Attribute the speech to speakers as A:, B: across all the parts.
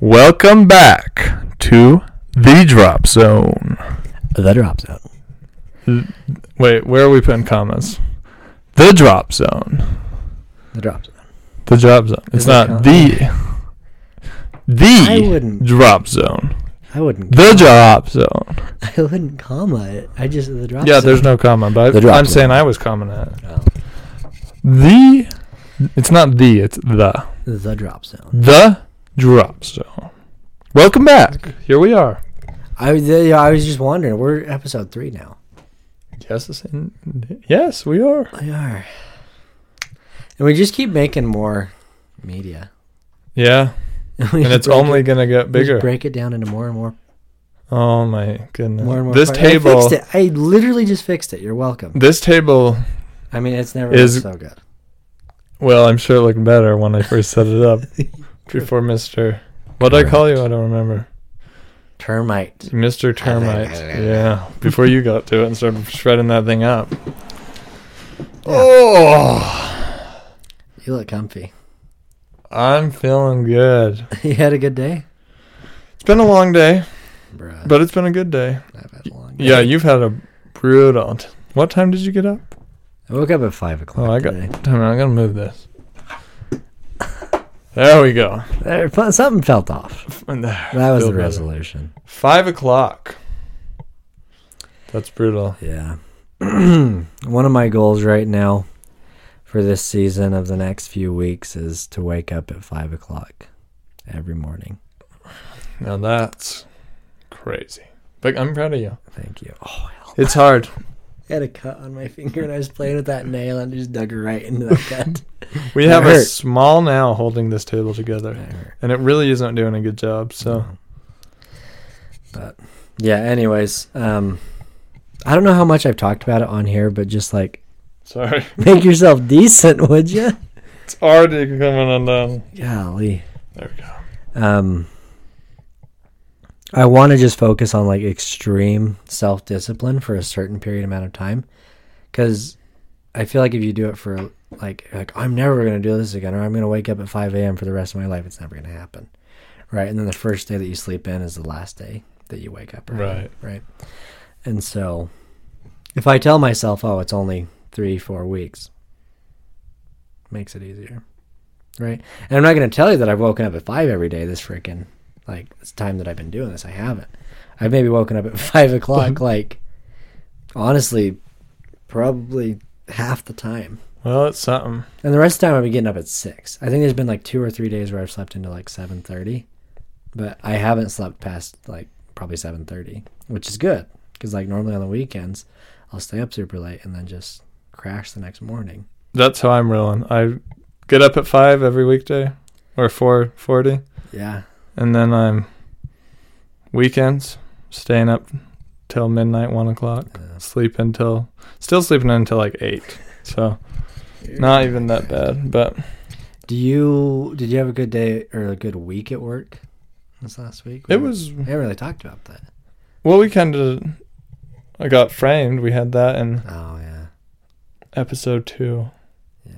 A: Welcome back to the drop zone.
B: That drops out.
A: Wait, where are we putting commas? The drop zone.
B: That drops out.
A: The drop zone. It's
B: Is that
A: not
B: comma?
A: the
B: I
A: the
B: wouldn't.
A: drop zone.
B: I wouldn't.
A: The drop zone.
B: I wouldn't comma it. I just the drop.
A: Yeah, there's no comma, but
B: The drop
A: I'm
B: zone.
A: saying I was commenting. on it.
B: Oh,
A: The it's not the, it's the.
B: the drop zone.
A: The drop zone. Welcome back. Here we are.
B: I was- yeah, I was just wondering. We're episode three now.
A: Yes, it's in- yes, we are.
B: We are, and we just keep making more media.
A: Yeah, and
B: We just
A: it's
B: break
A: only
B: it,
A: gonna get
B: we just
A: bigger.
B: break it down into more and more,
A: Oh my goodness!
B: more and more.
A: this
B: parts. I
A: table,
B: fixed it. I literally just fixed it. You're welcome.
A: this table.
B: I mean, it's never
A: Is-
B: been so good.
A: Well, I'm sure it looked better when I first set it up. before Mister, what did I call you? I don't remember.
B: Termite.
A: Mister Termite. yeah, before you got to it and started shredding that thing up. Oh,
B: You look comfy.
A: I'm feeling good.
B: you had a good day,
A: It's been a long day,
B: Bruh,
A: but it's been a good day.
B: I've had a long day.
A: Yeah, you've had a brutal. T- what time did you get up?
B: I woke up at five o'clock.
A: Oh, I got.
B: today.
A: Damn it, I'm gonna move this. There we go.
B: There, something felt off.
A: And there.
B: That was
A: Feel
B: the
A: better.
B: resolution.
A: Five o'clock. That's brutal.
B: Yeah. One of my goals right now for this season of the next few weeks is to wake up at five o'clock every morning.
A: Now that's crazy. But I'm proud of you.
B: Thank you. Oh,
A: It's hard.
B: I had a cut on my finger and I was playing with that nail and just dug right into that cut.
A: We
B: That
A: have a
B: hurt.
A: small now holding this table together, and it really isn't doing a good job. So
B: But yeah, anyways, um, I don't know how much I've talked about it on here, but just like
A: sorry.
B: make yourself decent, would you?
A: It's already coming undone.
B: Golly.
A: There we go.
B: um I want to just focus on like extreme self-discipline for a certain period amount of time cuz I feel like if you do it for like like I'm never going to do this again or I'm going to wake up at 5 a.m. for the rest of my life it's never going to happen. Right? And then the first day that you sleep in is the last day that you wake up early,
A: Right.
B: Right. And so if I tell myself, "Oh, it's only 3-4 weeks." makes it easier. Right? And I'm not going to tell you that I've woken up at five every day this freaking like this time that I've been doing this. I haven't. I've maybe woken up at five o'clock, like honestly, probably half the time.
A: Well, it's something.
B: And the rest of the time I've been getting up at six. I think there's been like two or three days where I've slept into like seven thirty, but I haven't slept past like probably seven thirty, which is good because like normally on the weekends I'll stay up super late and then just crash the next morning.
A: That's how I'm rolling. I get up at five every weekday, or four forty,
B: Yeah,
A: and then I'm weekends staying up till midnight, one o'clock,
B: Yeah.
A: sleep until still sleeping until like eight. So not even that bad, but
B: Do you did you have a good day or a good week at work this last week?
A: it was
B: We haven't really talked about that.
A: well. We kind of I got framed. We had that in
B: Oh yeah,
A: episode two.
B: yeah.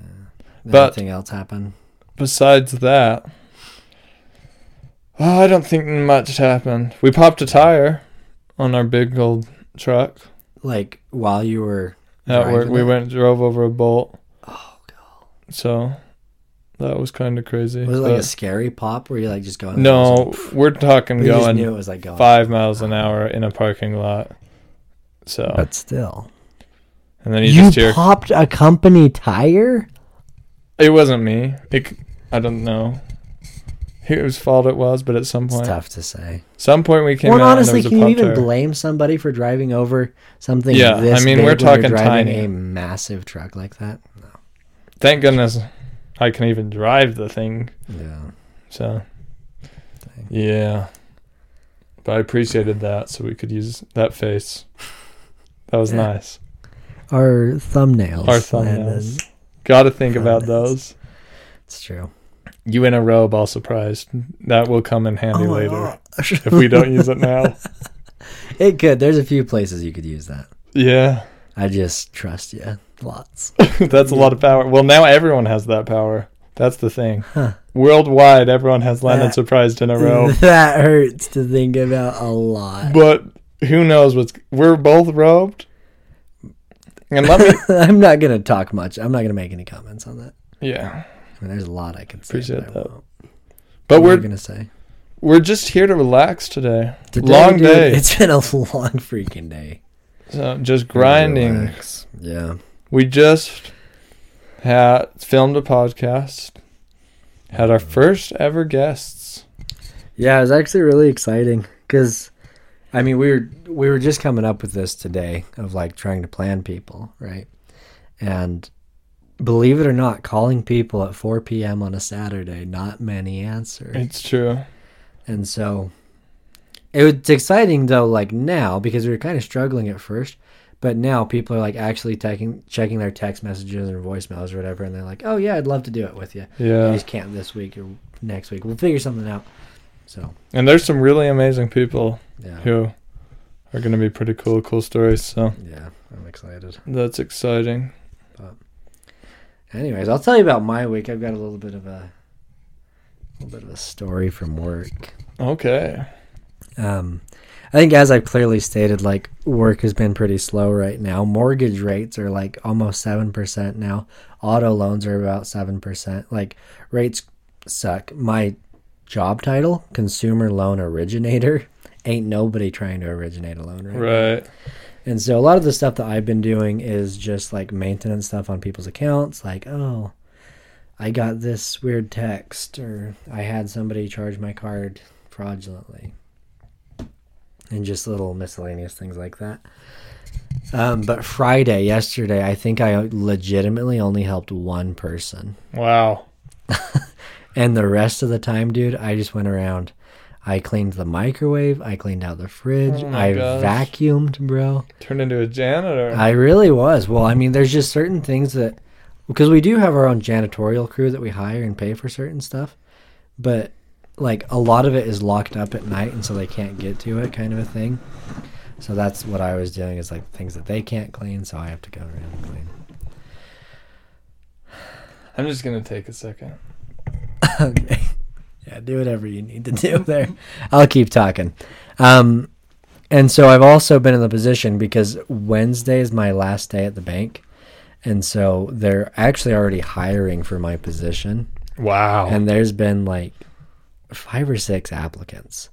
A: But-
B: Nothing else happened.
A: Besides that, oh, I don't think much happened. We popped a tire on our big old truck.
B: Like while you were
A: At work,
B: Driving
A: we
B: it? Oh,
A: went and drove over a bolt. So that was kind of crazy.
B: was it like a
A: but-
B: scary pop? Were you like just going?
A: uh, no, we're talking
B: we just knew it
A: going
B: was like going.
A: five miles an hour in a parking lot. So
B: But still,
A: and then you,
B: you,
A: just hear
B: popped a company tire.
A: it wasn't me. It c- I don't know whose fault it was, but at some
B: It's
A: point,
B: tough to say.
A: some point we came
B: well, and
A: out
B: honestly,
A: and
B: can
A: there
B: you
A: was a
B: even
A: pump tire.
B: blame somebody for driving over something?
A: Yeah,
B: this
A: I mean,
B: big
A: we're
B: when you're
A: talking
B: driving
A: tiny.
B: a massive truck like that.
A: Thank goodness I can even drive the thing.
B: Yeah,
A: So yeah, but I appreciated that, so we could use that face. That was
B: Yeah.
A: nice.
B: our thumbnails.
A: Our
B: Landon.
A: thumbnails. Got to think about
B: Thumbnails.
A: those.
B: It's true.
A: You in a robe, all surprised. That will come in
B: Oh
A: handy later
B: gosh.
A: if we don't use it now.
B: It could. There's a few places you could use that.
A: Yeah,
B: I just trust you. Lots.
A: that's a lot of power. Well, now everyone has that power. That's the thing. worldwide, everyone has Lennon surprised in a row.
B: that hurts to think about a lot.
A: But who knows what's? We're both robed. And let me.
B: I'm not gonna talk much. I'm not gonna make any comments on that.
A: Yeah,
B: I mean, there's a lot I can say.
A: Appreciate
B: I
A: that.
B: won't.
A: but
B: What am I
A: we're
B: gonna say
A: we're just here to relax today.
B: Today,
A: Long
B: dude,
A: day.
B: It's been a long freaking day.
A: So just grinding.
B: Relax. Yeah.
A: We just had filmed a podcast. Had our first ever guests.
B: Yeah, it was actually really exciting because, I mean, we were we were just coming up with this today of like trying to plan people, right? And believe it or not, calling people at 4 p.m. on a Saturday, not many answer.
A: It's true.
B: And so it was it's exciting though, like now, because we were kind of struggling at first. But now people are like actually taking, checking their text messages or voicemails or whatever, and they're like, "Oh yeah, I'd love to do it with you. I
A: Yeah.
B: just can't this week or next week. We'll figure something out." So
A: And there's some really amazing people
B: yeah,
A: who are going to be pretty cool, cool stories. So
B: yeah, I'm excited.
A: that's exciting.
B: Anyways, I'll tell you about my week. I've got a little bit of a, a little bit of a story from work.
A: Okay.
B: Um, I think as I clearly stated, like work has been pretty slow right now. Mortgage rates are like almost seven percent now. Auto loans are about seven percent. Like rates suck. My job title, consumer loan originator, ain't nobody trying to originate a loan right.
A: Right.
B: And so a lot of the stuff that I've been doing is just like maintenance stuff on people's accounts, like, oh, I got this weird text or I had somebody charge my card fraudulently. And just little miscellaneous things like that. Um, but Friday, yesterday, I think I legitimately only helped one person.
A: Wow.
B: And the rest of the time, dude, I just went around. I cleaned the microwave. I cleaned out the fridge.
A: Oh my
B: I
A: gosh.
B: vacuumed, bro.
A: Turned into a janitor.
B: I really was. Well, I mean, there's just certain things that because we do have our own janitorial crew that we hire and pay for certain stuff, but like a lot of it is locked up at night, and so they can't get to it, kind of a thing. So that's what I was doing is like things that they can't clean, so I have to go around and clean.
A: I'm just going to take a second.
B: okay. Yeah, do whatever you need to do there. I'll keep talking. Um, and so I've also been in the position because Wednesday is my last day at the bank. And so they're actually already hiring for my position.
A: Wow.
B: And there's been like five or six applicants.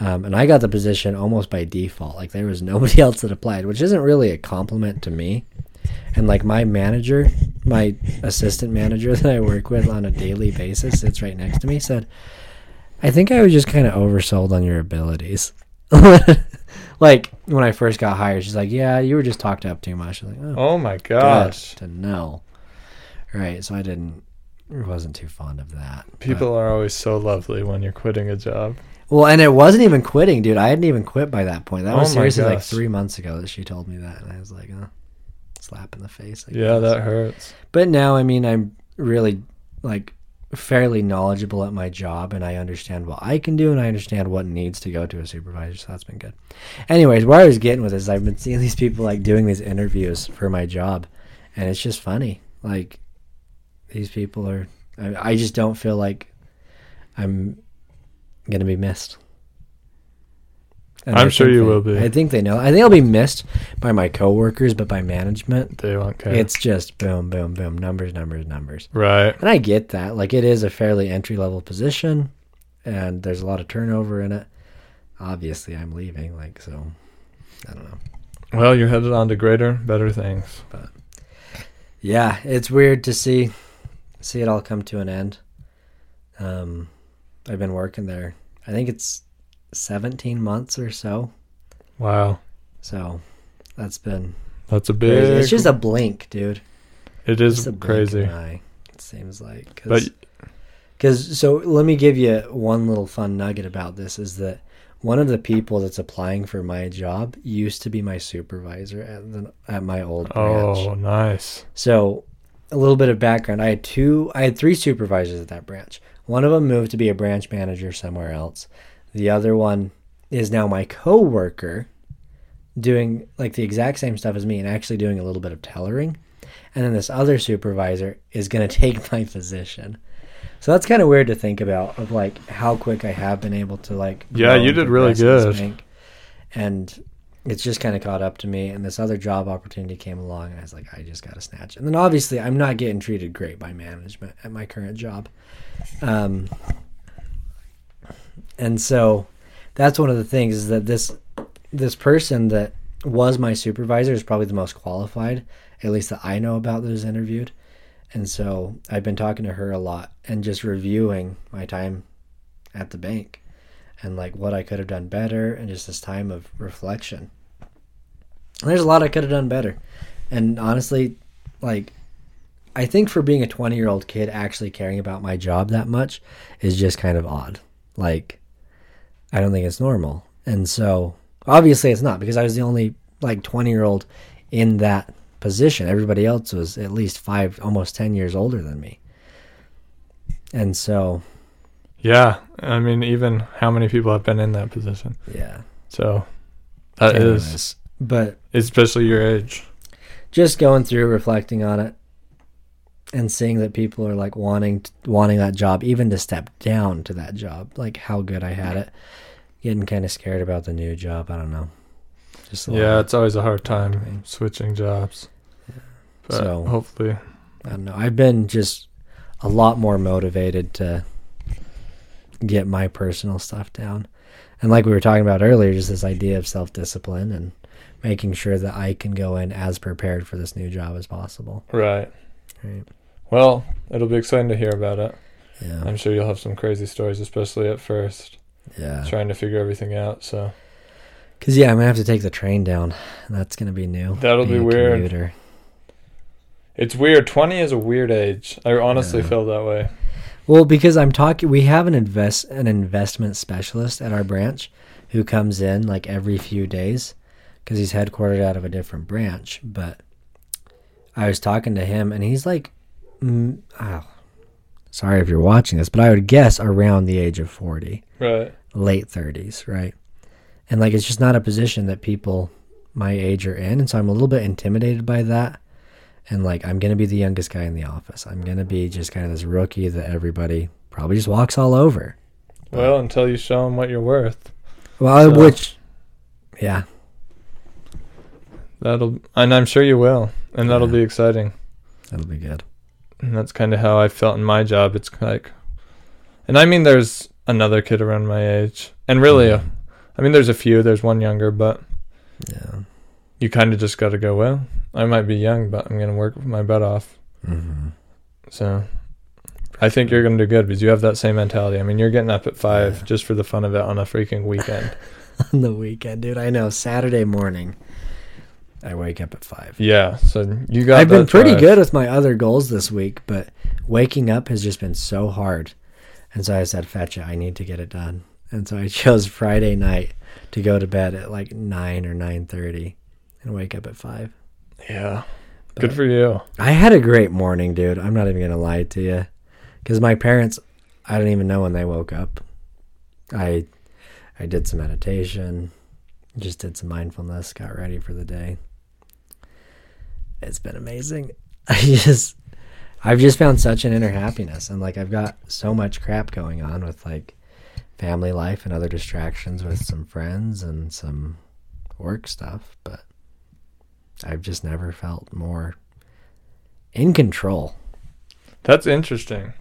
B: Um, and I got the position almost by default. Like there was nobody else that applied, which isn't really a compliment to me. And like my manager, my assistant manager that I work with on a daily basis sits right next to me said, I think I was just kind of oversold on your abilities. like when I first got hired, she's like, Yeah, you were just talked up too much. I was like, Oh,
A: oh my
B: God,
A: gosh.
B: to know. Right, so I didn't wasn't too fond of that. but-
A: People are always so lovely when you're quitting a job.
B: well, and it wasn't even quitting, dude. I hadn't even quit by that point. That
A: Oh
B: was
A: my
B: seriously like
A: gosh.
B: 3 months ago that she told me that and I was like, "Oh, slap in the face." I
A: Yeah,
B: guess.
A: that hurts.
B: But now, I mean, I'm really like fairly knowledgeable at my job and I understand what I can do and I understand what needs to go to a supervisor. So that's been good. Anyways, where I was getting with this, I've been seeing these people like doing these interviews for my job and it's just funny. Like these people are, I, I just don't feel like I'm going to be missed. And
A: I'm
B: I
A: sure
B: think
A: you
B: they-
A: will be.
B: I think they know. I think I'll be missed by my coworkers, but by management,
A: They won't care.
B: it's just boom, boom, boom, numbers, numbers, numbers.
A: right.
B: And I get that. Like it is a fairly entry level position and there's a lot of turnover in it. Obviously I'm leaving, like so I don't know.
A: Well, you're headed on to greater, better things.
B: Yeah, it's weird to see see it all come to an end. Um I've been working there. I think it's seventeen months or so.
A: Wow.
B: So that's been
A: That's a big.
B: crazy. It's just a blink, dude.
A: It is
B: Just a blink
A: crazy.
B: of an eye, It seems like. Cause,
A: But-
B: 'cause- so let me give you one little fun nugget about this is that one of the people that's applying for my job used to be my supervisor at the at my old branch.
A: Oh, nice.
B: So a little bit of background. I had two I had three supervisors at that branch. One of them moved to be a branch manager somewhere else. The other one is now my coworker doing like the exact same stuff as me and actually doing a little bit of tellering. And then this other supervisor is going to take my position. So that's kind of weird to think about of like how quick I have been able to like.
A: Yeah,
B: grow
A: you
B: and
A: did really
B: progress in this
A: good.
B: bank. And it's just kind of caught up to me. And this other job opportunity came along, and I was like, I just got to snatch. it. And then obviously, I'm not getting treated great by management at my current job. Um, and so that's one of the things is that this this person that was my supervisor is probably the most qualified, at least that I know about that was interviewed. And so I've been talking to her a lot and just reviewing my time at the bank and like what I could have done better and just this time of reflection. And there's a lot I could have done better. And honestly, like I think for being a 20 year old kid, actually caring about my job that much is just kind of odd. Like, I don't think it's normal. And so, obviously, it's not because I was the only like 20 year old in that position. Everybody else was at least five, almost 10 years older than me. And so,
A: Yeah, I mean, even how many people have been in that position?
B: yeah.
A: So that is
B: Anyways, But
A: especially your age.
B: just going through reflecting on it and seeing that people are like wanting wanting that job even to step down to that job like how good i had it getting kind of scared about the new job i don't know just a lot
A: Yeah,
B: of-
A: it's always a hard time
B: Thing.
A: switching jobs. But
B: So-
A: hopefully,
B: i don't know i've been just a lot more motivated to get my personal stuff down and like we were talking about earlier just this idea of self-discipline and making sure that i can go in as prepared for this new job as possible
A: right.
B: right
A: Well, it'll be exciting to hear about it.
B: yeah
A: I'm sure you'll have some crazy stories, especially at first,
B: yeah
A: trying to figure everything out. So
B: Cause yeah, I'm gonna have to take the train down. That's gonna be new.
A: That'll be
B: Being a
A: weird.
B: commuter.
A: it's weird. 20 is a weird age. I honestly
B: Yeah.
A: feel that way.
B: Well, because I'm talking, we have an invest an investment specialist at our branch, who comes in like every few days, because he's headquartered out of a different branch. But I was talking to him, and he's like, mm, oh, sorry if you're watching this, but I would guess around the age of forty.
A: Right.
B: late 30s, right? And like it's just not a position that people my age are in, and so I'm a little bit intimidated by that. And like I'm going to be the youngest guy in the office. I'm going to be just kind of this rookie that everybody probably just walks all over.
A: Well, until you show them what you're worth.
B: Well,
A: So-
B: which yeah,
A: That'll, and I'm sure you will, and that'll
B: Yeah.
A: be exciting.
B: that'll be good.
A: and that's kind of how I felt in my job. It's like, and I mean, there's another kid around my age, and really, uh, I mean, there's a few. There's one younger, but
B: Yeah.
A: you kind of just got to go. Well, I might be young, but I'm gonna work my butt off.
B: Mhm.
A: So, I think you're gonna do good because you have that same mentality. I mean, you're getting up at five
B: Yeah.
A: just for the fun of it on a freaking weekend.
B: On the weekend, dude. I know Saturday morning I wake up at 5.
A: yeah, so you got.
B: I've been
A: that
B: pretty
A: drive.
B: good with my other goals this week, but waking up has just been so hard. And so I said, fetch it, I need to get it done. And so I chose Friday night to go to bed at like nine or nine thirty and wake up at five.
A: Yeah, good for you.
B: I had a great morning, dude. I'm not even gonna lie to you, because my parents, I don't even know when they woke up. I, I did some meditation, just did some mindfulness, got ready for the day. It's been amazing. I just, I've just found such an inner happiness, and like I've got so much crap going on with like family life and other distractions with some friends and some work stuff, but I've just never felt more in control.
A: That's interesting.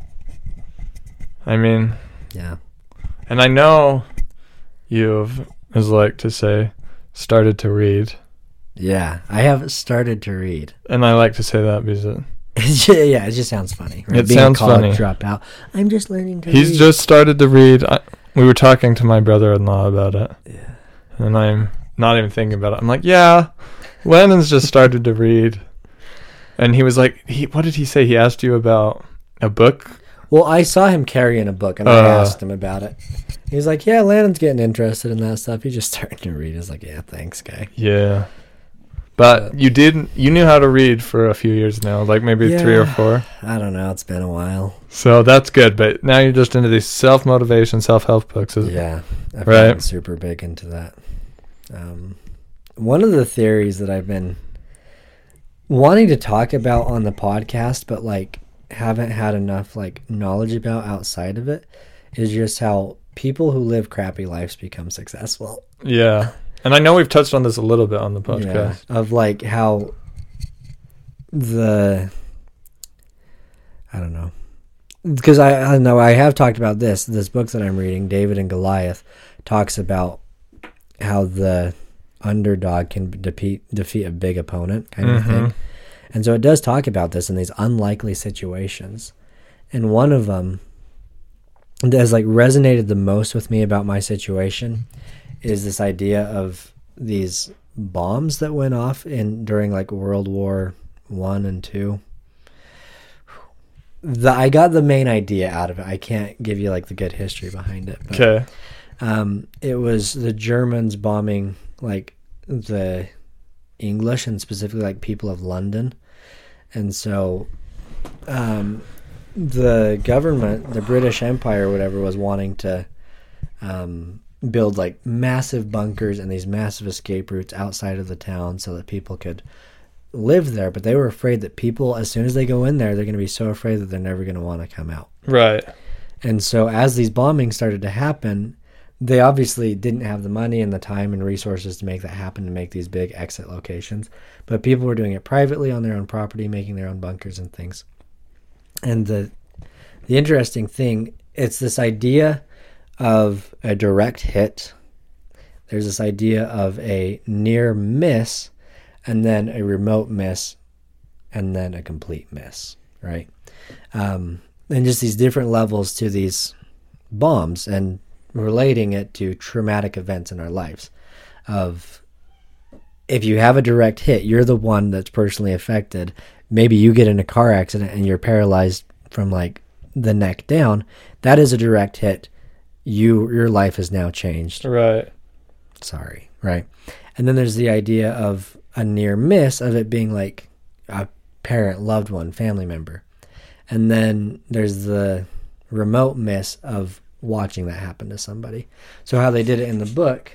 A: I mean,
B: Yeah.
A: And I know you've, as like to say, started to read.
B: Yeah. I have started to read.
A: And I like to say that because it,
B: yeah, it just sounds funny.
A: It sounds funny.
B: Dropout. I'm just learning to
A: he's
B: read.
A: just started to read. I, we were talking to my brother in law about it.
B: Yeah.
A: And I'm not even thinking about it. I'm like, yeah, Lennon's just started to read. And he was like, he, what did he say? He asked you about a book?
B: Well, I saw him carrying a book and I
A: Uh.
B: asked him about it. He's like, "Yeah, Landon's getting interested in that stuff. He's just starting to read." I was like, "Yeah, thanks, guy."
A: Yeah. But you didn't, you knew how to read for a few years now, like maybe three or
B: Yeah.
A: four.
B: I don't know. It's been a while.
A: So that's good. But now you're just into these self motivation, self help books. Is-
B: Yeah, I've
A: Right.
B: gotten super big into that. Um, one of the theories that I've been wanting to talk about on the podcast, but like haven't had enough like knowledge about outside of it is just how people who live crappy lives become successful.
A: Yeah. And I know we've touched on this a little bit on the
B: Yeah,
A: podcast.
B: of like how the I don't know because I, I know I have talked about this this book that I'm reading David and Goliath talks about how the underdog can defeat defeat a big opponent kind of
A: Mhm.
B: thing and so it does talk about this in these unlikely situations and one of them that has like resonated the most with me about my situation is this idea of these bombs that went off in during like World War One and Two. The I got the main idea out of it. I can't give you like the good history behind it. but,
A: Okay.
B: Um, it was the Germans bombing like the English and specifically like people of London, and so um, the government, the British Empire, whatever, was wanting to um, build like massive bunkers and these massive escape routes outside of the town so that people could live there. But they were afraid that people, as soon as they go in there, they're going to be so afraid that they're never going to want to come out.
A: Right.
B: And so, as these bombings started to happen, they obviously didn't have the money and the time and resources to make that happen to make these big exit locations. But people were doing it privately on their own property, making their own bunkers and things. And the the interesting thing it's this idea of a direct hit. There's this idea of a near miss, and then a remote miss, and then a complete miss. Right um, and just these different levels to these bombs and relating it to traumatic events in our lives of if you have a direct hit you're the one that's personally affected maybe you get in a car accident and you're paralyzed from like the neck down that is a direct hit you your life has now changed
A: Right.
B: sorry right and then there's the idea of a near miss of it being like a parent loved one family member and then there's the remote miss of watching that happen to somebody so how they did it in the book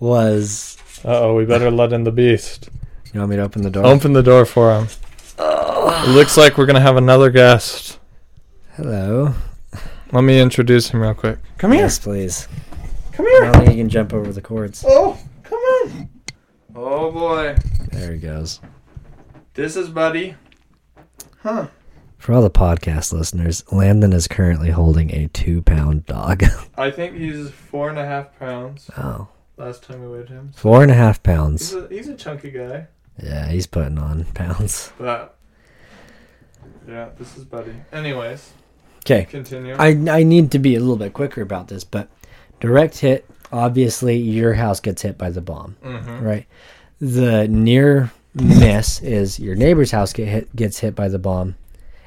B: was
A: Uh oh, we better let in the beast.
B: you want me to open the door
A: Open the door for him. It looks like we're gonna have another guest.
B: hello
A: Let me introduce him real quick. Come here.
B: yes please
A: Come
B: i
A: here.
B: don't think you can jump over the cords
A: Oh, come on. Oh boy.
B: there he goes
A: This is Buddy. Huh.
B: for all the podcast listeners landon is currently holding a two pound dog
A: I think he's four and a half pounds.
B: oh
A: Last time we weighed him.
B: four and a half pounds
A: He's a, he's a chunky guy.
B: yeah he's putting on pounds
A: But yeah, this is Buddy. Anyways,
B: okay
A: continue.
B: I, I need to be a little bit quicker about this, but direct hit, obviously, your house gets hit by the bomb,
A: mm-hmm.
B: right? The near miss is your neighbor's house get hit, gets hit by the bomb,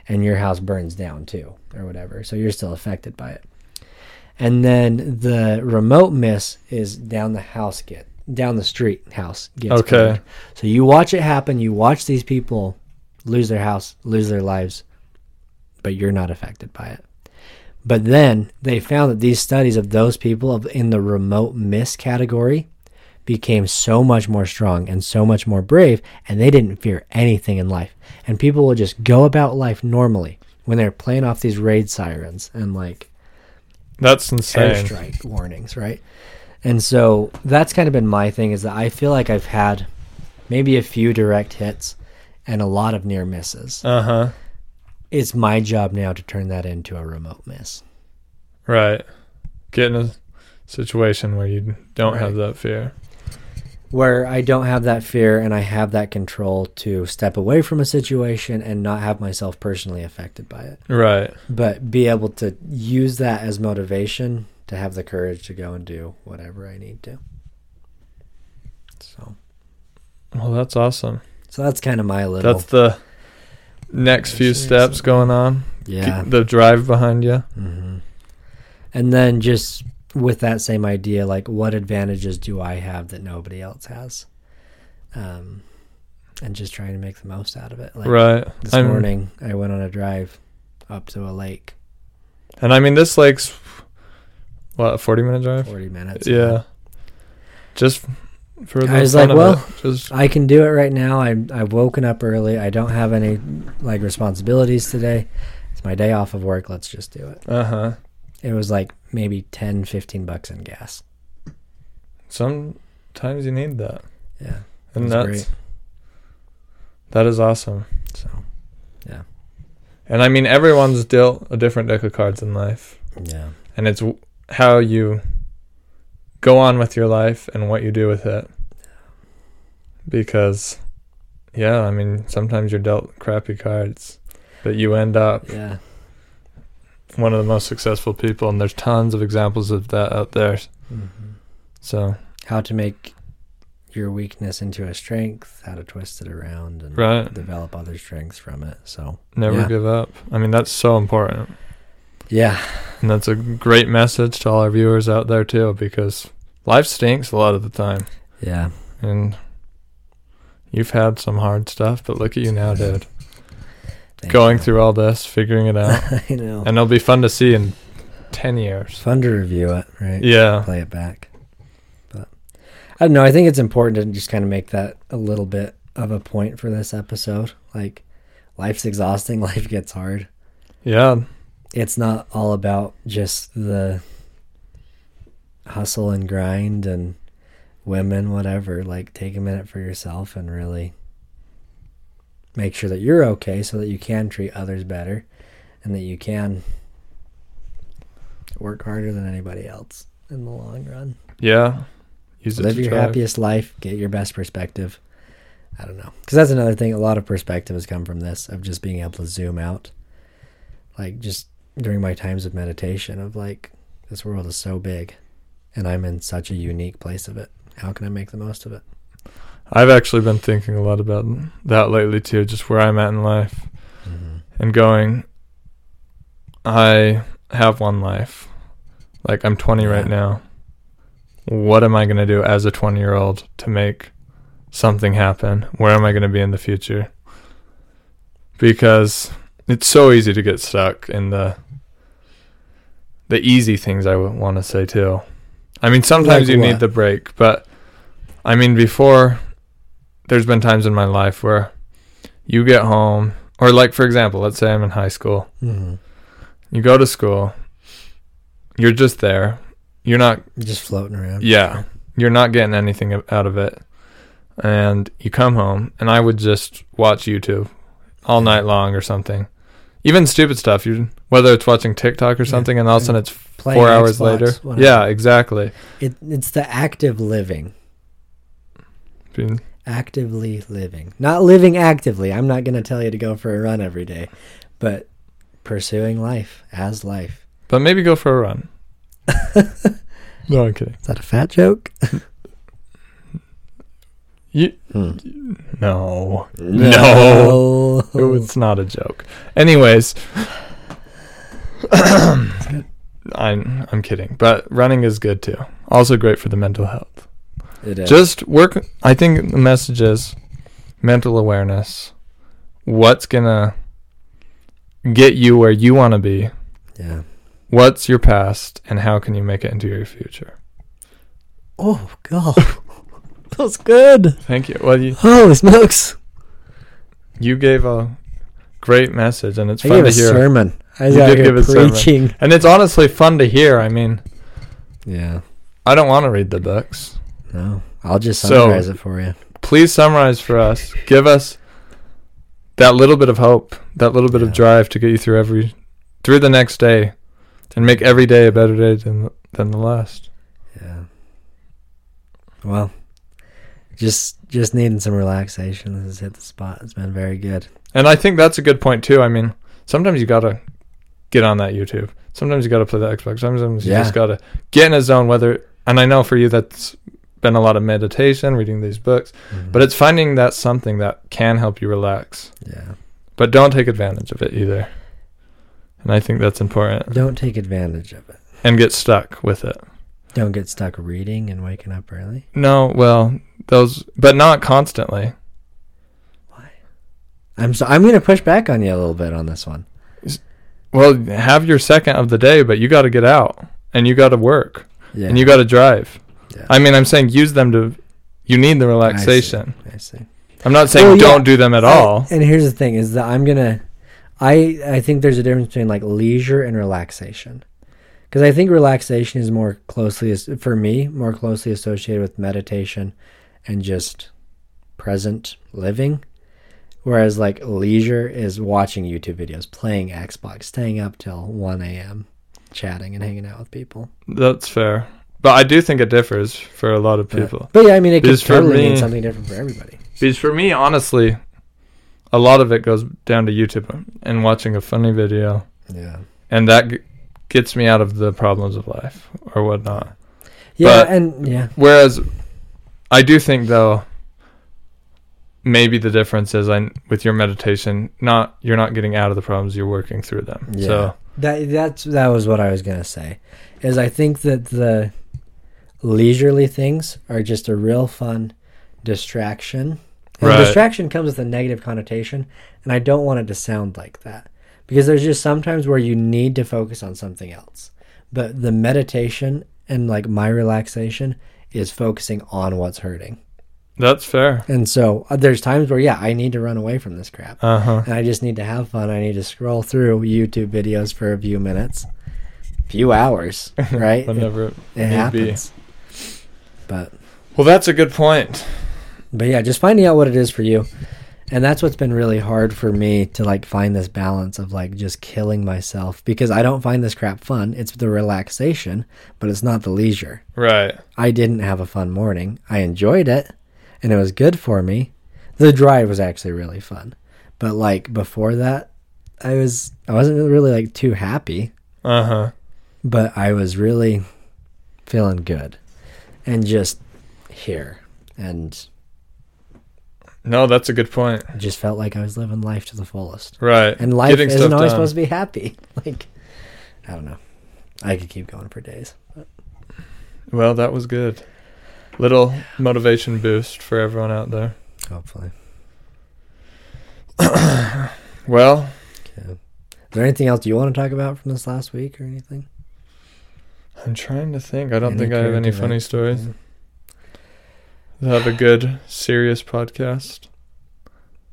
B: and your house burns down too, or whatever. So you're still affected by it. And then the remote miss is down the house get down the street house gets
A: Okay.
B: burned. So you watch it happen. You watch these people lose their house, lose their lives, but you're not affected by it. But then they found that these studies of those people of, in the remote miss category became so much more strong and so much more brave, and they didn't fear anything in life. And people will just go about life normally when they're playing off these raid sirens and like
A: That's insane.
B: airstrike warnings, right? And so that's kind of been my thing is that I feel like I've had maybe a few direct hits and a lot of near misses.
A: Uh huh.
B: It's my job now to turn that into a remote miss.
A: Right. Get in a situation where you don't
B: Right.
A: have that fear.
B: where I don't have that fear and I have that control to step away from a situation and not have myself personally affected by it,
A: Right.
B: but be able to use that as motivation to have the courage to go and do whatever I need to. So,
A: Well, that's awesome.
B: so that's kind of my little
A: That's the next few
B: Interesting.
A: steps going on.
B: yeah.
A: Keep The drive behind you.
B: hmm And then just with that same idea, like what advantages do I have that nobody else has? Um, and just trying to make the most out of it. Like,
A: right.
B: This
A: I'm-
B: morning, I went on a drive up to a lake,
A: And I mean, this lake's what a forty-minute drive.
B: 40 minutes.
A: Yeah. Just for the
B: I was
A: fun of
B: like, well,
A: it. Just
B: I can do it right now. I I've woken up early. I don't have any like responsibilities today. my day off of work. Let's just do it.
A: Uh huh.
B: It was like maybe 10, 15 bucks in gas.
A: Sometimes you need that.
B: Yeah.
A: And that's
B: That's great.
A: that is awesome.
B: So,
A: And I mean, everyone's dealt a different deck of cards in life,
B: yeah.
A: and it's w- how you go on with your life and what you do with it. Because, yeah, I mean, sometimes you're dealt crappy cards, but you end up
B: Yeah.
A: one of the most successful people, and there's tons of examples of that out there. Mm-hmm.
B: hmm
A: So,
B: How to make your weakness into a strength, how to twist it around and
A: Right.
B: develop other strengths from it. So,
A: never
B: Mm-hmm. Yeah.
A: give up. I mean, that's so important.
B: yeah.
A: And that's a great message to all our viewers out there too, because life stinks a lot of the time.
B: Yeah.
A: And you've had some hard stuff, but look at you now, dude.
B: Thank
A: Going
B: you.
A: through all this, figuring it out.
B: I know.
A: and it'll be fun to see in ten
B: It's
A: years.
B: fun to review it, right?
A: Yeah.
B: play it back. But I don't know. I think it's important to just kind of make that a little bit of a point for this episode. Like, life's exhausting. Life gets hard.
A: Yeah.
B: It's not all about just the hustle and grind and women, whatever. Like, take a minute for yourself and really make sure that you're okay so that you can treat others better and that you can work harder than anybody else in the long run
A: Yeah. Use
B: live
A: to
B: your
A: drive.
B: happiest life get your best perspective i don't know because that's another thing a lot of perspective has come from this of just being able to zoom out like just during my times of meditation of like this world is so big and i'm in such a unique place of it how can i make the most of it
A: I've actually been thinking a lot about that lately too, just where I'm at in life and going I have one life. Like I'm 20 right
B: Yeah.
A: now. What am I going to do as a 20-year-old to make something happen? Where am I going to be in the future? Because it's so easy to get stuck in the the easy things I would want to say too. I mean, sometimes
B: Like
A: you
B: what?
A: need the break, but I mean, before there's been times in my life where you get home, or like for example, let's say I'm in high school,
B: mm-hmm.
A: you go to school, you're just there, you're not
B: just floating around
A: yeah. You're not getting anything o- out of it. And you come home, and I would just watch YouTube all night long or something. Even stupid stuff. You whether it's watching TikTok or
B: Yeah,
A: something, and all of a
B: yeah.
A: sudden it's
B: Playing
A: four hours
B: Xbox,
A: later.
B: whatever.
A: Yeah, exactly.
B: it, it's the active living
A: Being-
B: actively living not living actively i'm not going to tell you to go for a run every day but pursuing life as life
A: But maybe go for a run. no, I'm kidding.
B: Is that a fat joke?
A: You,
B: Hmm.
A: no,
B: No.
A: it's not a joke. Anyways, I'm I'm kidding. But running is good too. Also great for the mental health.
B: It is.
A: just work i think the message is mental awareness what's gonna get you where you want to be
B: yeah.
A: what's your past and how can you make it into your future
B: Oh god, that was good.
A: thank you well you,
B: Holy smokes!
A: you gave a great message and it's
B: I
A: fun
B: gave
A: to
B: a
A: hear
B: sermon. I was
A: You
B: out
A: did
B: here
A: give a sermon.
B: preaching.
A: and it's honestly fun to hear i mean
B: Yeah.
A: i don't want to read the books
B: No, I'll just
A: So-
B: summarize it for you.
A: please summarize for us give us that little bit of hope that little bit of
B: Yeah.
A: drive to get you through every through the next day and make every day a better day than than the last
B: Yeah. Well, just just needing some relaxation. This has hit the spot. It's been very good.
A: And I think that's a good point too. I mean, sometimes you gotta get on that YouTube. Sometimes you gotta play the Xbox. Sometimes you
B: Yeah.
A: just gotta get in a zone. Whether and I know for you that's been a lot of meditation, reading these books, but it's finding that something that can help you relax.
B: yeah,
A: But don't take advantage of it either. And I think that's important.
B: don't take advantage of it.
A: And get stuck with it.
B: Don't get stuck reading and waking up early.
A: No, well, those, but not constantly.
B: I'm so I'm gonna push back on you a little bit on this one.
A: Well, have your second of the day, but you got to get out and you got to work.
B: Yeah.
A: and you got to drive.
B: Yeah.
A: I mean, I'm saying use them to. You need the relaxation.
B: I see.
A: I'm not saying
B: Well, yeah.
A: don't do them at all.
B: And here's the thing: is that I'm gonna, I I think there's a difference between like leisure and relaxation, because I think relaxation is more closely as- for me more closely associated with meditation, and just present living, whereas like leisure is watching YouTube videos, playing Xbox, staying up till one a.m., chatting and hanging out with people.
A: That's fair. But I do think it differs for a lot of
B: But-
A: people.
B: But, yeah, I mean, it could
A: Because for
B: totally mean
A: me-
B: something different for everybody.
A: Because for me, honestly, a lot of it goes down to YouTube and watching a funny video,
B: Yeah.
A: and that g- gets me out of the problems of life or whatnot.
B: Yeah,
A: But-
B: and yeah,
A: Whereas, I do think though, maybe the difference is I with your meditation, not you're not getting out of the problems, you're working through them.
B: Yeah.
A: So
B: that that's that was what I was gonna say. Is I think that the leisurely things are just a real fun distraction. And
A: Right.
B: Distraction comes with a negative connotation, and I don't want it to sound like that because there's just sometimes where you need to focus on something else. But the meditation and like my relaxation is focusing on what's hurting.
A: that's fair.
B: And so uh, there's times where yeah, I need to run away from this crap.
A: Uh huh.
B: and I just need to have fun. I need to scroll through YouTube videos for a few minutes, few hours, right? it
A: Whenever it,
B: it
A: need be.
B: happens. But
A: well, that's a good point.
B: but yeah, just finding out what it is for you, and that's what's been really hard for me to like find this balance of like just killing myself because I don't find this crap fun. It's the relaxation, but it's not the leisure.
A: Right.
B: I didn't have a fun morning. I enjoyed it and it was good for me. The drive was actually really fun. But like before that, I was I wasn't really like too happy,
A: Uh huh.
B: but I was really feeling good and just here and
A: No, that's a good point.
B: just felt like I was living life to the fullest.
A: Right.
B: And life
A: Getting
B: isn't
A: stuff
B: always
A: done.
B: supposed to be happy. Like I don't know. I could keep going for days.
A: Well, that was good. Little motivation boost for everyone out there.
B: Hopefully.
A: Well,
B: Okay. Is there anything else you want to talk about from this last week or anything?
A: I'm trying to think. I don't
B: Any
A: think I have any
B: character
A: funny
B: that-
A: stories. Have a good, serious podcast.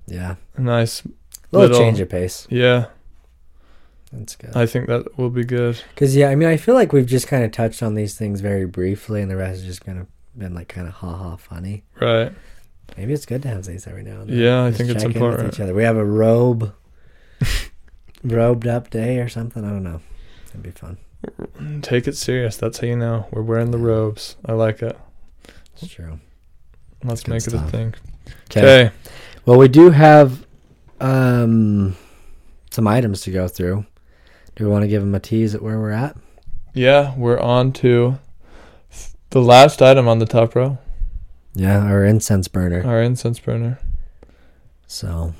B: Yeah.
A: A nice,
B: A little,
A: Little-
B: change of pace.
A: yeah.
B: That's good.
A: I think that will be good.
B: Because, yeah, I mean, I feel like we've just kind of touched on these things very briefly, and the rest has just kind of been like kind of ha ha funny.
A: Right.
B: Maybe it's good to have these every now and then.
A: Yeah, I
B: Just
A: think it's
B: check in with
A: important.
B: each other. We have a robe, robed up day or something. I don't know. That'd be fun.
A: Take it serious. That's how you know. We're wearing the robes. I like it.
B: It's true.
A: Let's
B: good
A: make it a
B: stuff.
A: thing.
B: Okay.
A: Okay.
B: Well, we do have um some items to go through. Do we want to give them a tease at where we're at?
A: Yeah, we're on to the last item on the top row
B: Yeah, our incense burner.
A: our incense burner.
B: So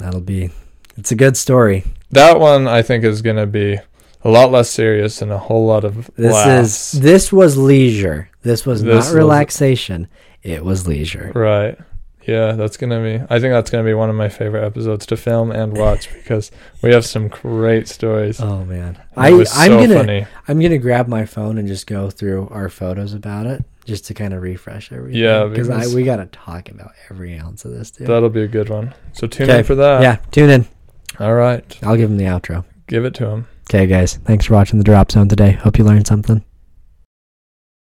B: that'll be. It's a good story.
A: That one I think is gonna be a lot less serious and a whole lot of
B: This
A: laughs.
B: is this was leisure. This was
A: This was-
B: not relaxation. It was leisure.
A: right. Yeah, that's gonna be. I think that's gonna be one of my favorite episodes to film and watch because we have some great stories.
B: Oh man,
A: It
B: I
A: was
B: I'm
A: so
B: gonna
A: funny.
B: I'm gonna grab my phone and just go through our photos about it just to kind of refresh everything.
A: Yeah,
B: because I
A: because-
B: we gotta talk about every ounce of this dude.
A: That'll be a good one. So tune
B: Okay.
A: in for that.
B: yeah, tune in.
A: All right.
B: I'll give him the outro.
A: Give it to him.
B: Okay, guys, thanks for watching the Drop Zone today. Hope you learned something.